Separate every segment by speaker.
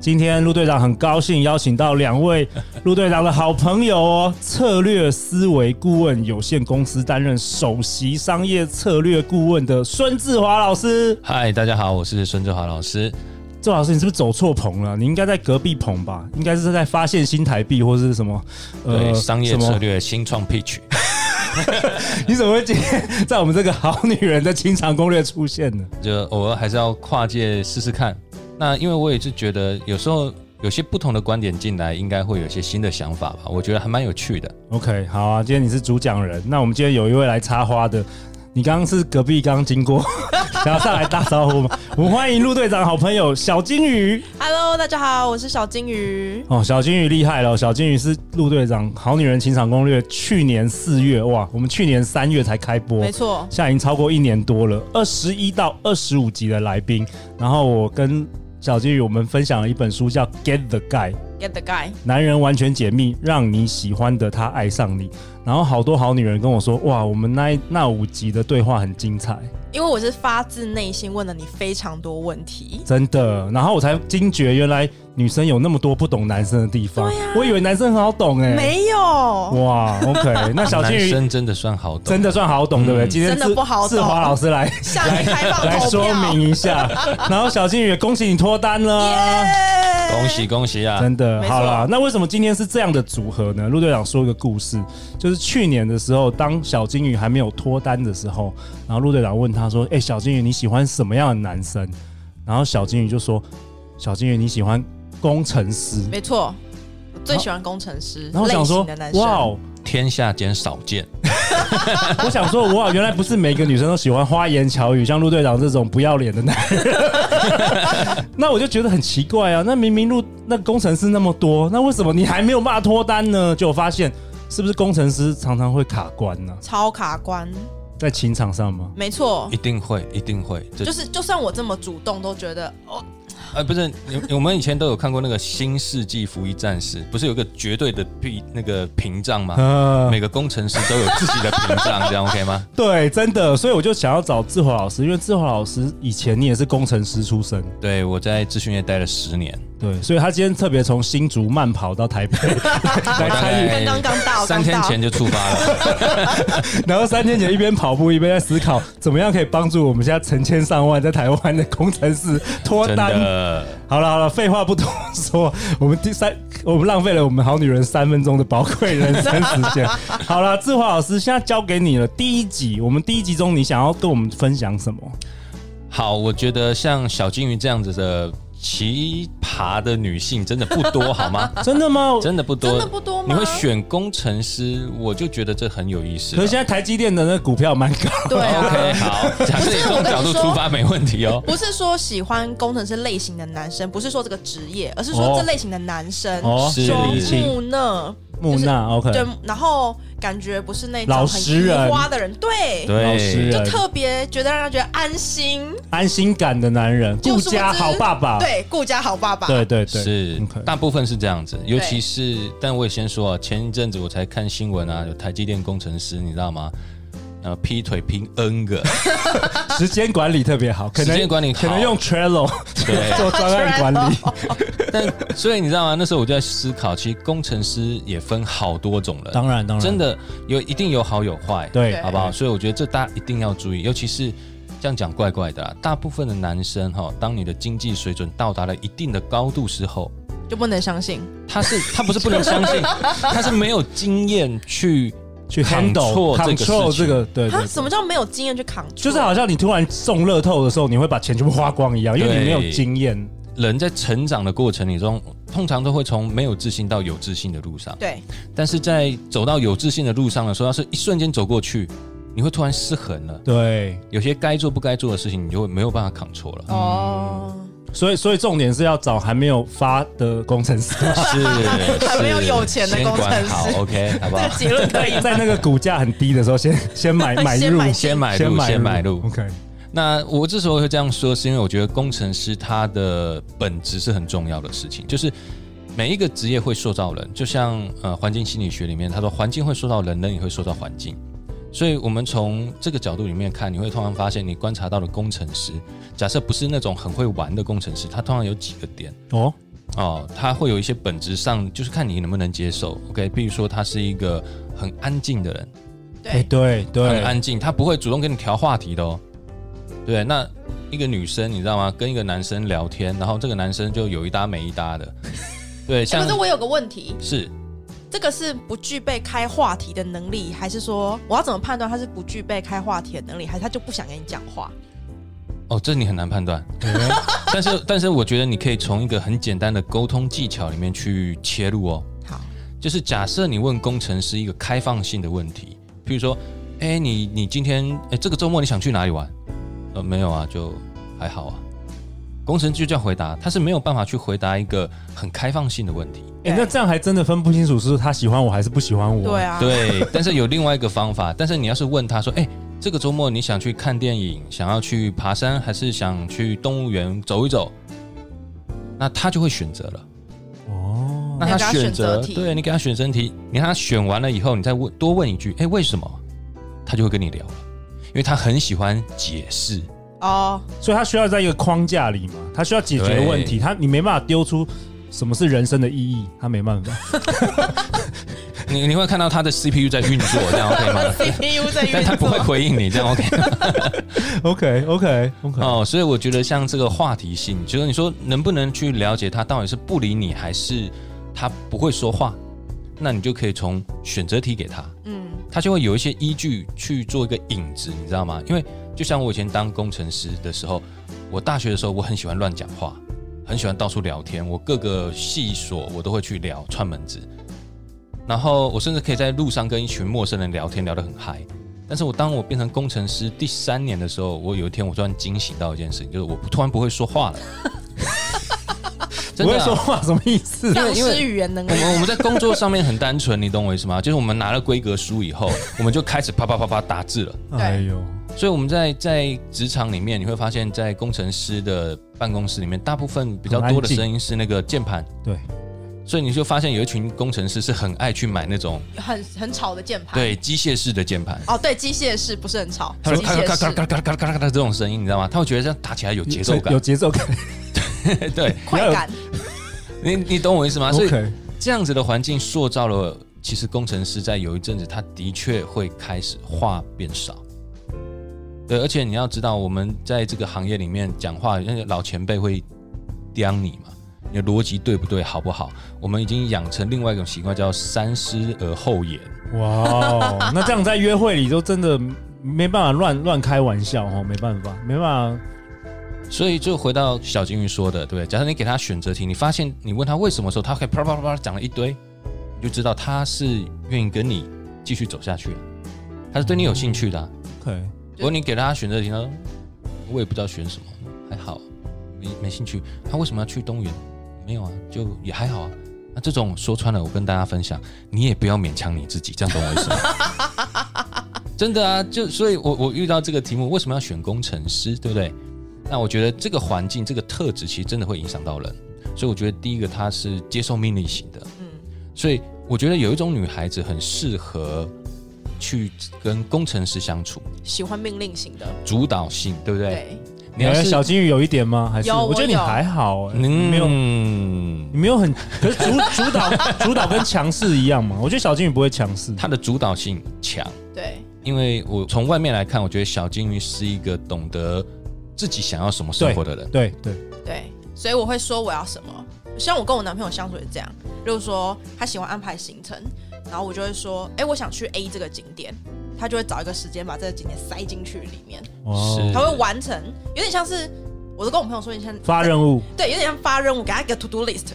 Speaker 1: 今天陆队长很高兴邀请到两位 陆队长的好朋友哦，策略思维顾问有限公司担任首席商业策略顾问的孙志华老师。
Speaker 2: 嗨，大家好，我是孙志华老师。
Speaker 1: 周老师，你是不是走错棚了？你应该在隔壁棚吧？应该是在发现新台币或是什么？呃
Speaker 2: 对，商业
Speaker 1: 什么
Speaker 2: 策略新创 pitch，
Speaker 1: 你怎么会今天 在我们这个好女人的清场攻略出现呢？
Speaker 2: 就偶尔还是要跨界试试看。那因为我也是觉得，有时候有些不同的观点进来，应该会有一些新的想法吧。我觉得还蛮有趣的。
Speaker 1: OK，好啊，今天你是主讲人，那我们今天有一位来插花的，你刚刚是隔壁刚经过， 想要上来打招呼吗？我们欢迎陆队长好朋友小金鱼
Speaker 3: Hello，大家好，我是小金鱼。
Speaker 1: 哦，小金鱼厉害了，小金鱼是陆队长《好女人情场攻略》去年四月哇，我们去年三月才开播，
Speaker 3: 没错，
Speaker 1: 现在已经超过一年多了，二十一到二十五集的来宾，然后我跟小金鱼我们分享了一本书叫《Get the Guy》。
Speaker 3: ，Get the guy。
Speaker 1: 男人完全解密，让你喜欢的他爱上你。然后好多好女人跟我说，哇，我们那一那五集的对话很精彩，
Speaker 3: 因为我是发自内心问了你非常多问题，
Speaker 1: 真的。然后我才惊觉，原来女生有那么多不懂男生的地方。我以为男生很好懂哎、
Speaker 3: 没有，
Speaker 1: 哇，OK，那小金
Speaker 2: 男
Speaker 1: 鱼
Speaker 2: 生真的算好懂
Speaker 1: 真，的算好懂，对不对？今天
Speaker 3: 嗯真的
Speaker 1: 是
Speaker 3: 不好懂
Speaker 1: 是华老师来
Speaker 3: 下面开 放
Speaker 1: 来
Speaker 3: 投
Speaker 1: 说
Speaker 3: 票。
Speaker 1: 明一啊下。然后小金鱼，恭喜你脱单了。
Speaker 2: 恭喜恭喜啊！
Speaker 1: 真的
Speaker 3: 没错
Speaker 1: 好啦，那为什么今天是这样的组合呢？陆队长说一个故事，就是去年的时候，当小金鱼还没有脱单的时候，然后陆队长问他说：“哎、小金鱼，你喜欢什么样的男生？”然后小金鱼就说：“小金鱼，你喜欢工程师。
Speaker 3: 没错，我最喜欢工程师”
Speaker 1: 然后我
Speaker 3: 类
Speaker 1: 想说
Speaker 3: 型的男：“生。
Speaker 1: 哇哦，
Speaker 2: 天下间少见，
Speaker 1: 我想说哇，原来不是每个女生都喜欢花言巧语，像陆队长这种不要脸的男人。 那我就觉得很奇怪啊，那明明陆那工程师那么多，那为什么你还没有办法脱单呢？就我发现是不是工程师常常会卡关呢、
Speaker 3: 超卡关，
Speaker 1: 在情场上吗？
Speaker 3: 没错
Speaker 2: 一，定会一定会。这
Speaker 3: 就是就算我这么主动，都觉得 哦，
Speaker 2: 呃，不是，你我们以前都有看过那个《新世纪福音战士》，不是有个绝对的屏那个屏 障吗？
Speaker 1: 呃，
Speaker 2: 每个工程师都有自己的屏障，这样 OK 吗？
Speaker 1: 对，真的，所以我就想要找志华老师，因为志华老师以前你也是工程师出身，
Speaker 2: 对我在资讯业待了十年，
Speaker 1: 对，所以他今天特别从新竹慢跑到台北 来参与
Speaker 3: 刚刚刚到，
Speaker 2: 三天前就出发 了，
Speaker 1: 然后三天前一边跑步一边在思考，怎么样可以帮助我们现在成千上万在台湾的工程师脱
Speaker 2: 真
Speaker 1: 单。
Speaker 2: 的。
Speaker 1: 好了好了，废话不多说，我们第三，我们浪费了我们好女人三分钟的宝贵人生时间。好了，志华老师，现在交给你了。第一集，我们第一集中你想要跟我们分享什么？
Speaker 2: 好，我觉得像小金鱼这样子的奇葩的女性真的不 多，好吗？
Speaker 1: 真的吗？
Speaker 2: 真的不多，
Speaker 3: 真的不多吗
Speaker 2: 你会选工程师，我就觉得这很有意思
Speaker 1: 可
Speaker 2: 了。
Speaker 1: 是现在台积电的那个股票蛮高。
Speaker 3: 到，对啊。
Speaker 2: OK，好， 假设以这种角度出发没问题哦。
Speaker 3: 不是说喜欢工程师类型的男生，不是说这个职业，而是
Speaker 1: 哦
Speaker 3: 说这类型的男生，
Speaker 1: 哦
Speaker 2: 是
Speaker 3: 就
Speaker 2: 理
Speaker 3: 木讷，
Speaker 1: 木讷，OK，
Speaker 3: 对，然后感觉不是那种
Speaker 1: 老
Speaker 3: 很
Speaker 1: 实
Speaker 3: 浮
Speaker 1: 人
Speaker 3: 夸的人，对，
Speaker 1: 老实
Speaker 2: 对，
Speaker 3: 就
Speaker 1: 人
Speaker 3: 特别觉得让人觉得安心，
Speaker 1: 安心感的男人，
Speaker 3: 就
Speaker 1: 顾
Speaker 3: 殊不知
Speaker 1: 家好爸爸。
Speaker 3: 对，顾家好爸爸，
Speaker 1: 对对对，
Speaker 2: 是
Speaker 1: OK
Speaker 2: 大部分是这样子，尤其是，但我也先说啊，前一阵子我才看新闻啊，有台积电工程师，你知道吗？呃，劈腿劈 N 个，
Speaker 1: 时间管理特别好，可能
Speaker 2: 时间管理好哎
Speaker 1: 可能用 Trello
Speaker 2: 对
Speaker 1: 做专案管 理。
Speaker 2: 但所以你知道吗？那时候我就在思考，其实工程师也分好多种人，
Speaker 1: 当然当然，
Speaker 2: 真的有一定有好有坏，
Speaker 1: 对，
Speaker 2: 好不好？所以我觉得这大家一定要注意，尤其是这样讲怪怪的啦。啊大部分的男生哈、当你的经济水准到达了一定的高度时候，
Speaker 3: 就不能相信，
Speaker 2: 他是他不是不能相信，他是没有经验去
Speaker 1: 去 handle
Speaker 2: Control 这个事情
Speaker 1: control 这个，对对
Speaker 3: 他
Speaker 1: 对
Speaker 3: 什么叫没有经验去扛？
Speaker 1: 就是好像你突然中乐透的时候，你会把钱全部花光一样，因为你
Speaker 2: 对
Speaker 1: 没有经验。
Speaker 2: 人在成长的过程里中，通常都会从没有自信到有自信的路上。
Speaker 3: 对，
Speaker 2: 但是在走到有自信的路上的时候，要是一瞬间走过去，你会突然失衡了。
Speaker 1: 对，嗯
Speaker 2: 有些该做不该做的事情，你就会没有办法扛错了。
Speaker 3: 哦，
Speaker 1: 所以所以重点是要找还没有发的工程师，
Speaker 2: 是
Speaker 3: 还没有
Speaker 2: 是
Speaker 3: 有钱的
Speaker 2: 先
Speaker 3: 工程
Speaker 2: 管
Speaker 3: 师
Speaker 2: 好，OK，好不
Speaker 3: 这
Speaker 2: 好
Speaker 3: 个？结论可以
Speaker 1: 在那个股价很低的时候先先 买买
Speaker 3: 先
Speaker 1: 入，
Speaker 3: 买
Speaker 2: 先买嗯入，先买入。
Speaker 1: OK，
Speaker 2: 那我之所以会这样说，是因为我觉得工程师他的本质是很重要的事情，就是每一个职业会塑造人，就像呃环境心理学里面他说，环境会塑造人，人也会塑造环境。所以，我们从这个角度里面看，你会通常发现，你观察到的工程师，假设不是那种很会玩的工程师，他通常有几个点。
Speaker 1: 哦，
Speaker 2: 哦，他会有一些本质上就是看你能不能接受。OK，比如说他是一个很安静的人，
Speaker 1: 哎、
Speaker 3: 对，
Speaker 1: 对
Speaker 2: 很
Speaker 1: 对，
Speaker 2: 安静，他不会主动跟你调话题的哦。对，那一个女生你知道吗？跟一个男生聊天，然后这个男生就有一搭没一搭的，对，
Speaker 3: 哎
Speaker 2: 像
Speaker 3: 可是我有个问题，
Speaker 2: 是
Speaker 3: 这个是不具备开话题的能力，还是说我要怎么判断他是不具备开话题的能力，还是他就不想跟你讲话？
Speaker 2: 哦，这你很难判断，
Speaker 1: 哎
Speaker 2: 但是 但是我觉得你可以从一个很简单的沟通技巧里面去切入哦。
Speaker 3: 好，
Speaker 2: 就是假设你问工程师一个开放性的问题，比如说，哎、你你今天，哎、这个周末你想去哪里玩？呃，没有啊，就还好啊。工程师就这样回答，他是没有办法去回答一个很开放性的问题。
Speaker 1: 哎那这样还真的分不清楚是他喜欢我还是不喜欢我。
Speaker 3: 对，啊，
Speaker 2: 对，但是有另外一个方法，但是你要是问他说，哎、这个周末你想去看电影，想要去爬山，还是想去动物园走一走？那他就会选择了。
Speaker 1: 哦，
Speaker 2: 那他选择，
Speaker 3: 你给他选择题
Speaker 2: 对你给他选择题，你让他选完了以后，你再问多问一句，哎，为什么？他就会跟你聊了，因为他很喜欢解释。
Speaker 3: 哦，
Speaker 1: 所以他需要在一个框架里嘛，他需要解决的问题，他你没办法丢出什么是人生的意义，他没办法。
Speaker 2: 你你会看到他的 CPU 在运作，这样 OK 吗？
Speaker 3: CPU 在
Speaker 2: 但
Speaker 3: 运
Speaker 2: 他不会
Speaker 3: 作，
Speaker 2: 回应你，这样 OK
Speaker 1: OK OK OK，
Speaker 2: 哦。所以我觉得像这个话题性，就是你说能不能去了解他到底是不理你，还是他不会说话？那你就可以从选择题给他，
Speaker 3: 嗯，
Speaker 2: 他就会有一些依据去做一个引子，你知道吗？因为就像我以前当工程师的时候，我大学的时候我很喜欢乱讲话，很喜欢到处聊天，我各个系所我都会去聊串门子，然后我甚至可以在路上跟一群陌生人聊天，聊得很嗨。但是我当我变成工程师第三年的时候，我有一天我突然惊醒到一件事情，就是我突然不会说话了。 真
Speaker 1: 不
Speaker 2: 的
Speaker 1: 会
Speaker 2: 啊、
Speaker 1: 说话什么意思？
Speaker 3: 丧
Speaker 2: 因为
Speaker 3: 失语言能
Speaker 2: 我
Speaker 3: 力，
Speaker 2: 们我们在工作上面很单纯，你懂我意思吗？就是我们拿了规格书以后，我们就开始啪啪啪啪打字了。
Speaker 3: 对
Speaker 1: 哎呦，
Speaker 2: 所以我们在在职场里面，你会发现在工程师的办公室里面，大部分比较多的声音是那个键盘。
Speaker 1: 对，
Speaker 2: 所以你就发现有一群工程师是很爱去买那种
Speaker 3: 很很吵的键盘，，
Speaker 2: 对机械式的键盘，
Speaker 3: 哦，对，机械式不是很吵，
Speaker 2: 他
Speaker 3: 机
Speaker 2: 说咔咔
Speaker 3: 械
Speaker 2: 咔咔
Speaker 3: 式
Speaker 2: 咔咔咔咔咔这种声音，你知道吗？他会觉得这样打起来有节奏
Speaker 1: 有
Speaker 2: 感。
Speaker 1: 节奏感。
Speaker 2: 对
Speaker 3: 快感，
Speaker 2: 你你懂我意思吗？啊所以
Speaker 1: OK，
Speaker 2: 这样子的环境塑造了，其实工程师在有一阵子，他的确会开始话变少。对，而且你要知道，我们在这个行业里面讲话，那个老前辈会刁你嘛，你的逻辑对不对，好不好？我们已经养成另外一种习惯，叫三思而后言。
Speaker 1: 哇哦，那这样在约会里就真的没办法乱乱开玩笑哦，没办法，没办法。
Speaker 2: 所以就回到小金鱼说的，对不对？假设你给他选择题，你发现你问他为什么的时候，他可以啪啪啪啪讲了一堆，你就知道他是愿意跟你继续走下去，他是对你有兴趣的啊、
Speaker 1: OK，
Speaker 2: 如果你给他选择题呢，我也不知道选什么，还好，没没兴趣。他为什么要去东园？没有啊，就也还好啊。那这种说穿了，我跟大家分享，你也不要勉强你自己，这样懂我意思吗？真的啊，就所以我，我遇到这个题目，为什么要选工程师，对不对？那我觉得这个环境、这个特质，其实真的会影响到人。所以我觉得第一个，他是接受命令型的，
Speaker 3: 嗯，
Speaker 2: 所以我觉得有一种女孩子很适合去跟工程师相处。
Speaker 3: 喜欢命令型的，
Speaker 2: 主导性，对不对？
Speaker 3: 对，
Speaker 2: 你要
Speaker 1: 哎
Speaker 2: 是
Speaker 1: 小金鱼有一点吗？还是
Speaker 3: 有
Speaker 1: 我觉得你
Speaker 3: 我有
Speaker 1: 还好，哎
Speaker 2: 嗯，
Speaker 1: 没有你没有很，可是主主导主导跟强势一样嘛？我觉得小金鱼不会强势，
Speaker 2: 他的主导性强，
Speaker 3: 对，
Speaker 2: 因为我从外面来看，我觉得小金鱼是一个懂得自己想要什么生活的人。
Speaker 1: 对对，
Speaker 3: 对，所以我会说我要什么。像我跟我男朋友相处也这样，例如说他喜欢安排行程，然后我就会说，哎、我想去 A 这个景点，他就会找一个时间把这个景点塞进去里面，
Speaker 1: 哇
Speaker 2: 是
Speaker 1: 哦，
Speaker 3: 他会完成，有点像是我都跟我朋友说，有点像
Speaker 1: 发任务
Speaker 3: 对，有点像发任务，给他一个 to do list，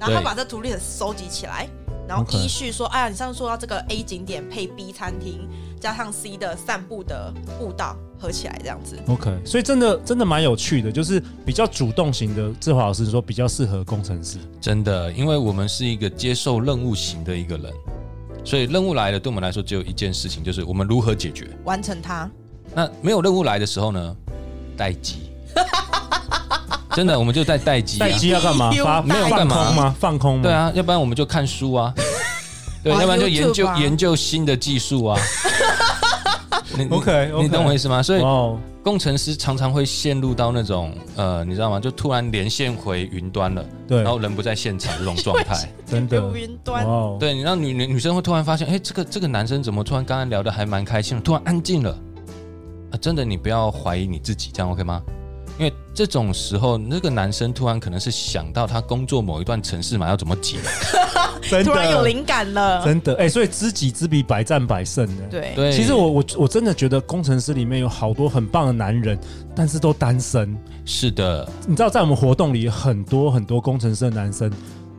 Speaker 3: 然后他
Speaker 2: 对
Speaker 3: 把这 to do list 收集起来，然后
Speaker 1: OK
Speaker 3: 依序说，哎呀，你上次说到这个 A 景点配 B 餐厅，加上 C 的散步的步道合起来这样子。
Speaker 1: OK，所以真的真的蛮有趣的，就是比较主动型的。志华老师说比较适合工程师，
Speaker 2: 真的，因为我们是一个接受任务型的一个人，所以任务来了，对我们来说只有一件事情，就是我们如何解决。
Speaker 3: 完成它，
Speaker 2: 那没有任务来的时候呢，待 机。真的，我们就在待机、啊。
Speaker 1: 待机要干嘛？
Speaker 3: 有
Speaker 1: 发
Speaker 3: 没
Speaker 2: 有
Speaker 1: 放
Speaker 2: 干嘛
Speaker 1: 空吗？放空吗？
Speaker 2: 对，啊，要不然我们就看书啊， 对，
Speaker 3: 玩
Speaker 2: 要不然就研
Speaker 3: YouTube
Speaker 2: 究
Speaker 3: 啊
Speaker 2: 研究新的技术 啊。你你
Speaker 1: OK，OK
Speaker 2: 你懂我意思吗？所以
Speaker 1: 哦，
Speaker 2: 工程师常常会陷入到那种呃，你知道吗？就突然连线回云端了，
Speaker 1: 对
Speaker 2: 然，后人不在现场这种状 态。
Speaker 1: 真的，
Speaker 3: 有云端。
Speaker 1: 哦，
Speaker 2: 对，你让女女女生会突然发现，哎、这个这个男生怎么突然刚刚聊的还蛮开心的，突然安静了。啊，真的，你不要怀疑你自己，这样 OK 吗？因为这种时候，那个男生突然可能是想到他工作某一段城市嘛，要怎么解？
Speaker 1: 真的
Speaker 3: 突然有灵感了，
Speaker 1: 真的，哎、所以知己知彼，百战百胜的。，
Speaker 3: 对，
Speaker 2: 对，
Speaker 1: 其实我我我真的觉得工程师里面有好多很棒的男人，但是都单身。
Speaker 2: 是 的，
Speaker 1: 你知道，在我们活动里，很多很多工程师的男生，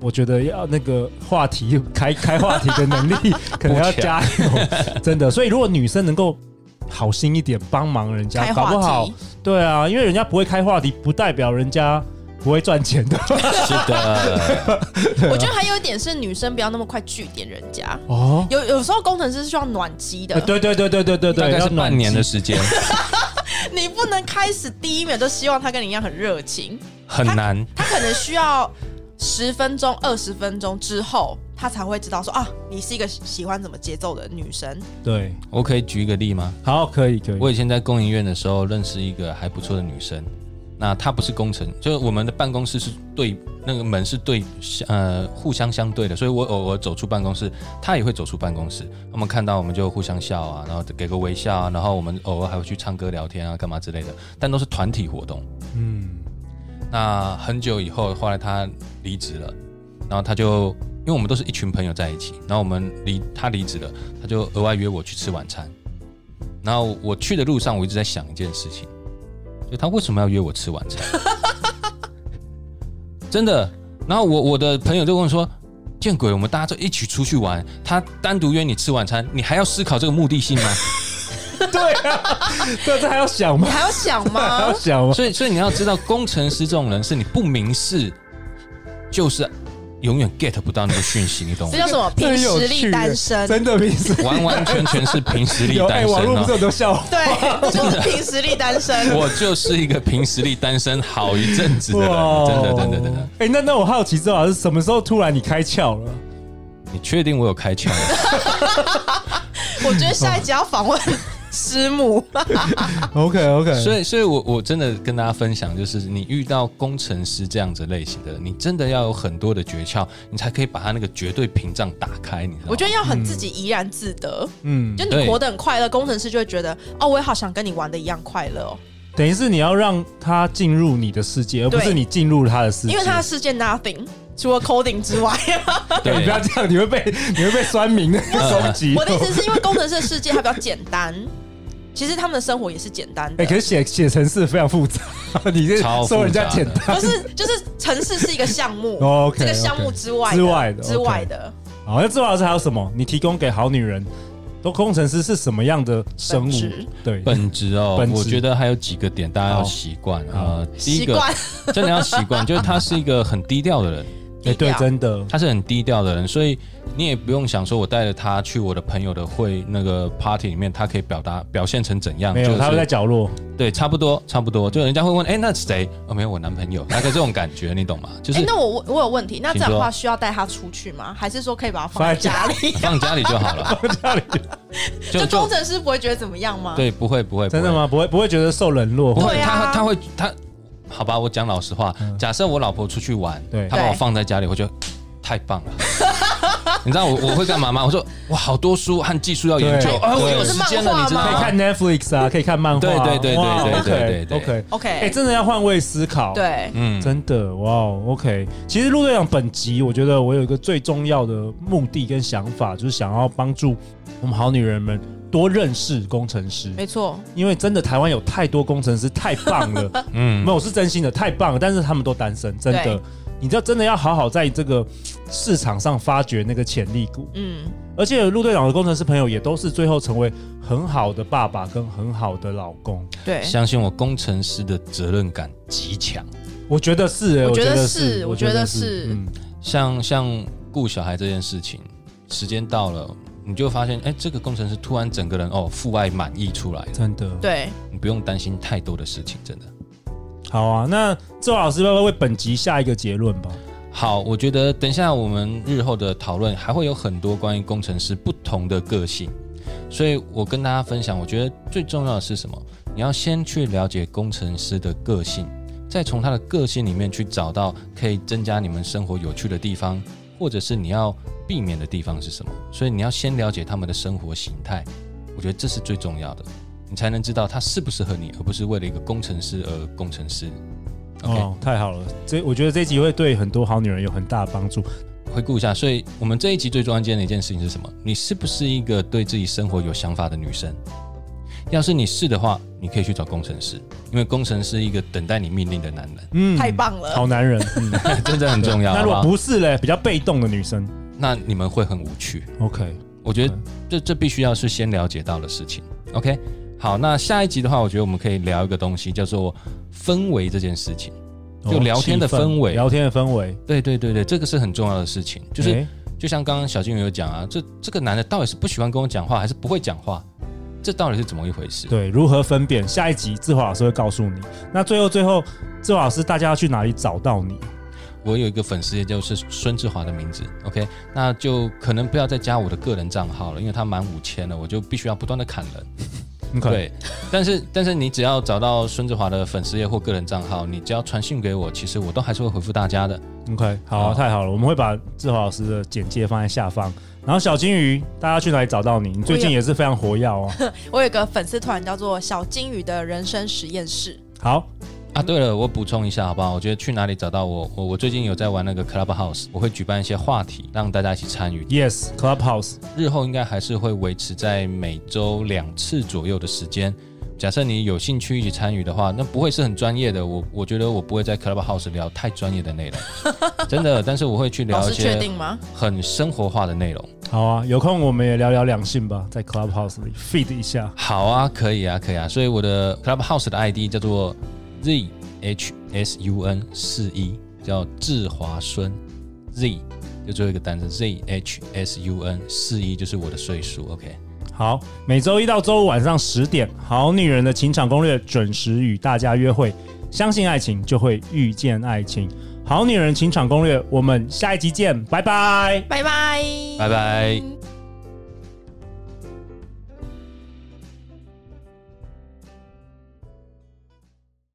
Speaker 1: 我觉得要那个话题开开话题的能 力，可能要加油。真的，所以如果女生能够好心一点，帮忙人家，
Speaker 3: 开
Speaker 1: 搞
Speaker 3: 话
Speaker 1: 不好
Speaker 3: 题，
Speaker 1: 对啊，因为人家不会开话题，不代表人家 不会赚钱的。
Speaker 2: 是的，
Speaker 1: 啊
Speaker 3: 我觉得还有一点是女生不要那么快据点人家。
Speaker 1: 哦，
Speaker 3: 有有时候工程师是需要暖机的，
Speaker 1: 呃 对对对对对对
Speaker 2: 大
Speaker 1: 对，
Speaker 2: 概
Speaker 1: 要
Speaker 2: 是半年
Speaker 1: 暖
Speaker 2: 的
Speaker 1: 机
Speaker 2: 时间，
Speaker 3: 你不能开始第一秒就希望他跟你一样很热情，
Speaker 2: 很难。
Speaker 3: 他可能需要十分钟、二十分钟之后，他才会知道说啊，你是一个喜欢怎么节奏的女生。
Speaker 1: 对，
Speaker 2: 我可以举一个例吗？
Speaker 1: 好，可以可以。
Speaker 2: 我以前在工研院的时候认识一个还不错的女生，那她不是工程，就是我们的办公室是对那个门是对呃互相相对的，所以我偶尔走出办公室，她也会走出办公室。我们看到我们就互相笑啊，然后给个微笑啊，然后我们偶尔还会去唱歌聊天啊，干嘛之类的，但都是团体活动。
Speaker 1: 嗯，
Speaker 2: 那很久以后，后来他离职了，然后他就因为我们都是一群朋友在一起，然后我们离他离职了，他就额外约我去吃晚餐。然后我去的路上，我一直在想一件事情，就他为什么要约我吃晚餐？ 真的。然后我我的朋友就跟我说：“见鬼，我们大家就一起出去玩，他单独约你吃晚餐，你还要思考这个目的性吗？”
Speaker 1: 对啊， 这这还要想吗
Speaker 3: 你？还要想
Speaker 1: 还 要
Speaker 3: 吗？
Speaker 1: 想吗？
Speaker 2: 啊所以，所以你要知道，工程师这种人是你不明示，就是永远 get 不到那个讯息，你懂
Speaker 3: 这
Speaker 2: 吗？
Speaker 3: 叫 什么？凭
Speaker 1: 这有
Speaker 3: 实
Speaker 1: 趣
Speaker 3: 力单身。
Speaker 1: 真的平时
Speaker 2: 完完全全是凭实 力
Speaker 1: 有哎、
Speaker 2: 单
Speaker 1: 网
Speaker 2: 身
Speaker 1: 络不是
Speaker 2: 啊！
Speaker 1: 很多笑话。
Speaker 3: 对，就是凭实力单身。
Speaker 2: 我就是一个凭实力单身好一阵子的人，真的，真的，真的。
Speaker 1: 哎、那那我好奇之后是什么时候突然你开窍了？
Speaker 2: 你确定我有开窍吗？
Speaker 3: 我觉得下一集要访问师 母，
Speaker 1: OK OK，
Speaker 2: 所以，所以我我真的跟大家分享，就是你遇到工程师这样子类型的人，你真的要有很多的诀窍，你才可以把他那个绝对屏障打开，你知道吗？
Speaker 3: 我觉得要很自己怡然自得，
Speaker 1: 嗯，
Speaker 3: 就你
Speaker 2: 对
Speaker 3: 活得很快乐，工程师就会觉得哦，我也好想跟你玩的一样快乐哦，
Speaker 1: 等于是你要让他进入你的世界，而不是你进入他的世界。
Speaker 3: 因为他的世界 nothing 除了 coding 之外，
Speaker 1: 对，哎你不要这样，你会被 你会被酸民的攻击。
Speaker 3: 我的意思是因为工程师的世界它比较简单，其实他们的生活也是简单
Speaker 1: 哎、
Speaker 3: 的。
Speaker 1: 可是写写程式非常复杂， 你是
Speaker 2: 超复杂的
Speaker 1: 说人家简单
Speaker 3: 不是，就是城市是一个项目
Speaker 1: 哦，OK，
Speaker 3: 这个项目
Speaker 1: OK
Speaker 3: 之外
Speaker 1: 之外的
Speaker 3: 之外的
Speaker 1: 好，那志华老师还有什么？你提供给好女人，都工程师是什么样的生物
Speaker 3: 本质？
Speaker 1: 对，
Speaker 2: 本质哦
Speaker 1: 本，质
Speaker 2: 我觉得还有几个点大家要习惯
Speaker 1: 好嗯
Speaker 2: 啊。第
Speaker 3: 习
Speaker 2: 一个
Speaker 3: 惯
Speaker 2: 真的要习惯，就是他是一个很低调的人，
Speaker 1: 哎、
Speaker 3: 低
Speaker 1: 对，
Speaker 3: 调
Speaker 1: 真的，
Speaker 2: 他是很低调的人，所以你也不用想说我带着他去我的朋友的会那个 party 里面，他可以表达表现成怎样？
Speaker 1: 没
Speaker 2: 就
Speaker 1: 有，
Speaker 2: 是
Speaker 1: 他会在角 落。
Speaker 2: 对，差不多差不多，就人家会问，哎，那谁？哦，没有，我男朋友，大概这种感觉，你懂吗？就
Speaker 3: 哎、
Speaker 2: 是
Speaker 3: 那我我我有问题，那这样的话
Speaker 2: 请说
Speaker 3: 需要带他出去吗？还是说可以把它放在家里？
Speaker 2: 放家里就好 了，
Speaker 1: 家里
Speaker 2: 就
Speaker 3: 就工
Speaker 2: 就
Speaker 3: 程师不会觉得怎么样吗？，
Speaker 2: 对，不会不会，
Speaker 1: 真的
Speaker 2: 不会？
Speaker 1: 吗？不会不会觉得受冷落？
Speaker 2: 不会，
Speaker 3: 对啊
Speaker 2: 他他会他，好吧，我讲老实话，假设我老婆出去玩
Speaker 1: 嗯对，
Speaker 2: 她把我
Speaker 3: 对
Speaker 2: 放在家里，我觉得太棒 了。你知道我我会干嘛吗？我说我好多书和技术要研究
Speaker 1: 对
Speaker 2: 啊，我
Speaker 3: 对
Speaker 2: 有时间了，你知道
Speaker 1: 可以
Speaker 3: 啊
Speaker 2: 吗？
Speaker 1: 看 Netflix 啊，可以看漫画啊、
Speaker 2: 对对对对
Speaker 1: 哇
Speaker 2: 对对
Speaker 1: OK，
Speaker 2: 对对
Speaker 1: OK，
Speaker 3: OK
Speaker 1: 哎、真的要换位思考。。
Speaker 3: 对，
Speaker 2: 嗯，
Speaker 1: 真的哇哦，OK。其实陆队长本集，我觉得我有一个最重要的目的跟想法，就是想要帮助我们好女人们多认识工程师，
Speaker 3: 没错，
Speaker 1: 因为真的台湾有太多工程师太棒 了，
Speaker 2: 嗯
Speaker 1: 没有我是真心的太棒了，但是他们都单身，真的
Speaker 3: 对。
Speaker 1: 你知道，真的要好好在这个市场上发掘那个潜力股。
Speaker 3: 嗯，
Speaker 1: 而且陆队长的工程师朋友也都是最后成为很好的爸爸跟很好的老公，
Speaker 3: 对，
Speaker 2: 相信我，工程师的责任感极强。
Speaker 1: 我觉得是、欸，
Speaker 3: 我觉得
Speaker 1: 得
Speaker 3: 是我觉得是
Speaker 1: 嗯，
Speaker 2: 像像顾小孩这件事情，时间到了，你就会发现，哎，这个工程师突然整个人哦，父爱满意出来了，
Speaker 1: 真的。
Speaker 3: 对，
Speaker 2: 你不用担心太多的事情，真的。
Speaker 1: 好啊，那周老师要不要为本集下一个结论吧？
Speaker 2: 好，我觉得等一下我们日后的讨论还会有很多关于工程师不同的个性，所以我跟大家分享，我觉得最重要的是什么？你要先去了解工程师的个性，再从他的个性里面去找到可以增加你们生活有趣的地方，或者是你要避免的地方是什么。所以你要先了解他们的生活形态，我觉得这是最重要的，你才能知道他适不适合你，而不是为了一个工程师而工程师。OK，、
Speaker 1: 哦，太好了，这我觉得这集会对很多好女人有很大的帮助。
Speaker 2: 回顾一下，所以我们这一集最关键的一件事情是什么？你是不是一个对自己生活有想法的女生？要是你是的话，你可以去找工程师，因为工程师一个等待你命令的男人，
Speaker 1: 嗯
Speaker 3: 太棒了
Speaker 1: 好男人。 嗯，
Speaker 2: 真的很重要。
Speaker 1: 那
Speaker 2: 好
Speaker 1: 如
Speaker 2: 不
Speaker 1: 果
Speaker 2: 好
Speaker 1: 不是嘞，比较被动的女生
Speaker 2: 那你们会很无趣。
Speaker 1: ，OK，
Speaker 2: 我觉得
Speaker 1: 对
Speaker 2: 这这必须要是先了解到的事情。OK，好，那下一集的话，我觉得我们可以聊一个东西，叫做氛围这件事情。
Speaker 1: 哦
Speaker 2: 就聊天的
Speaker 1: 气氛
Speaker 2: 氛围
Speaker 1: 聊天的氛围，
Speaker 2: 对对对对，这个是很重要的事情，就是
Speaker 1: 诶
Speaker 2: 就像刚刚小金鱼有讲啊，这这个男的到底是不喜欢跟我讲话，还是不会讲话？这到底是怎么一回事？
Speaker 1: 对如何分辨。下一集志华老师会告诉你。那最后最后，志华老师，大家要去哪里找到你？
Speaker 2: 我有一个粉丝，也就是孙志华的名字，OK，那就可能不要再加我的个人账号了，因为他满五千了，我就必须要不断的砍人。
Speaker 1: 你可
Speaker 2: 对，但是但是你只要找到孙志华的粉丝页或个人账号，你只要传讯给我，其实我都还是会回复大家的。
Speaker 1: OK，好、
Speaker 2: 好
Speaker 1: 太好了，我们会把志华老师的简介放在下方。然后小金鱼，大家去哪里找到你？你最近也是非常活跃哦。
Speaker 3: 我有一个粉丝团叫做“小金鱼的人生实验室
Speaker 1: 好，
Speaker 2: 啊，对了，我补充一下好不好？我觉得去哪里找到我，我我最近有在玩那个 Clubhouse，我会举办一些话题让大家一起参与。
Speaker 1: Yes Clubhouse，
Speaker 2: 日后应该还是会维持在每周两次左右的时间。假设你有兴趣一起参与的话，那不会是很专业的。我我觉得我不会在 Clubhouse 聊太专业的内容，真的。但是我会去”，
Speaker 3: 老
Speaker 2: 聊一
Speaker 3: 师确定
Speaker 2: 些
Speaker 3: 吗？
Speaker 2: 很生活化的内容。
Speaker 1: 好啊，有空我们也聊聊两性吧，在 Clubhouse 里 feed 一下。
Speaker 2: 好啊，可以啊，可以啊。所以我的 Clubhouse 的 ID 叫做 Z H S U N 四一，叫志华孙 Z，就最后一个单词 Z H S U N 四一就是我的岁数。OK。
Speaker 1: 好，每周一到周五晚上十点，《好女人的情场攻略》准时与大家约会。相信爱情，就会遇见爱情。《好女人情场攻略》，我们下一集见，拜拜。
Speaker 3: 拜拜，
Speaker 2: 拜拜。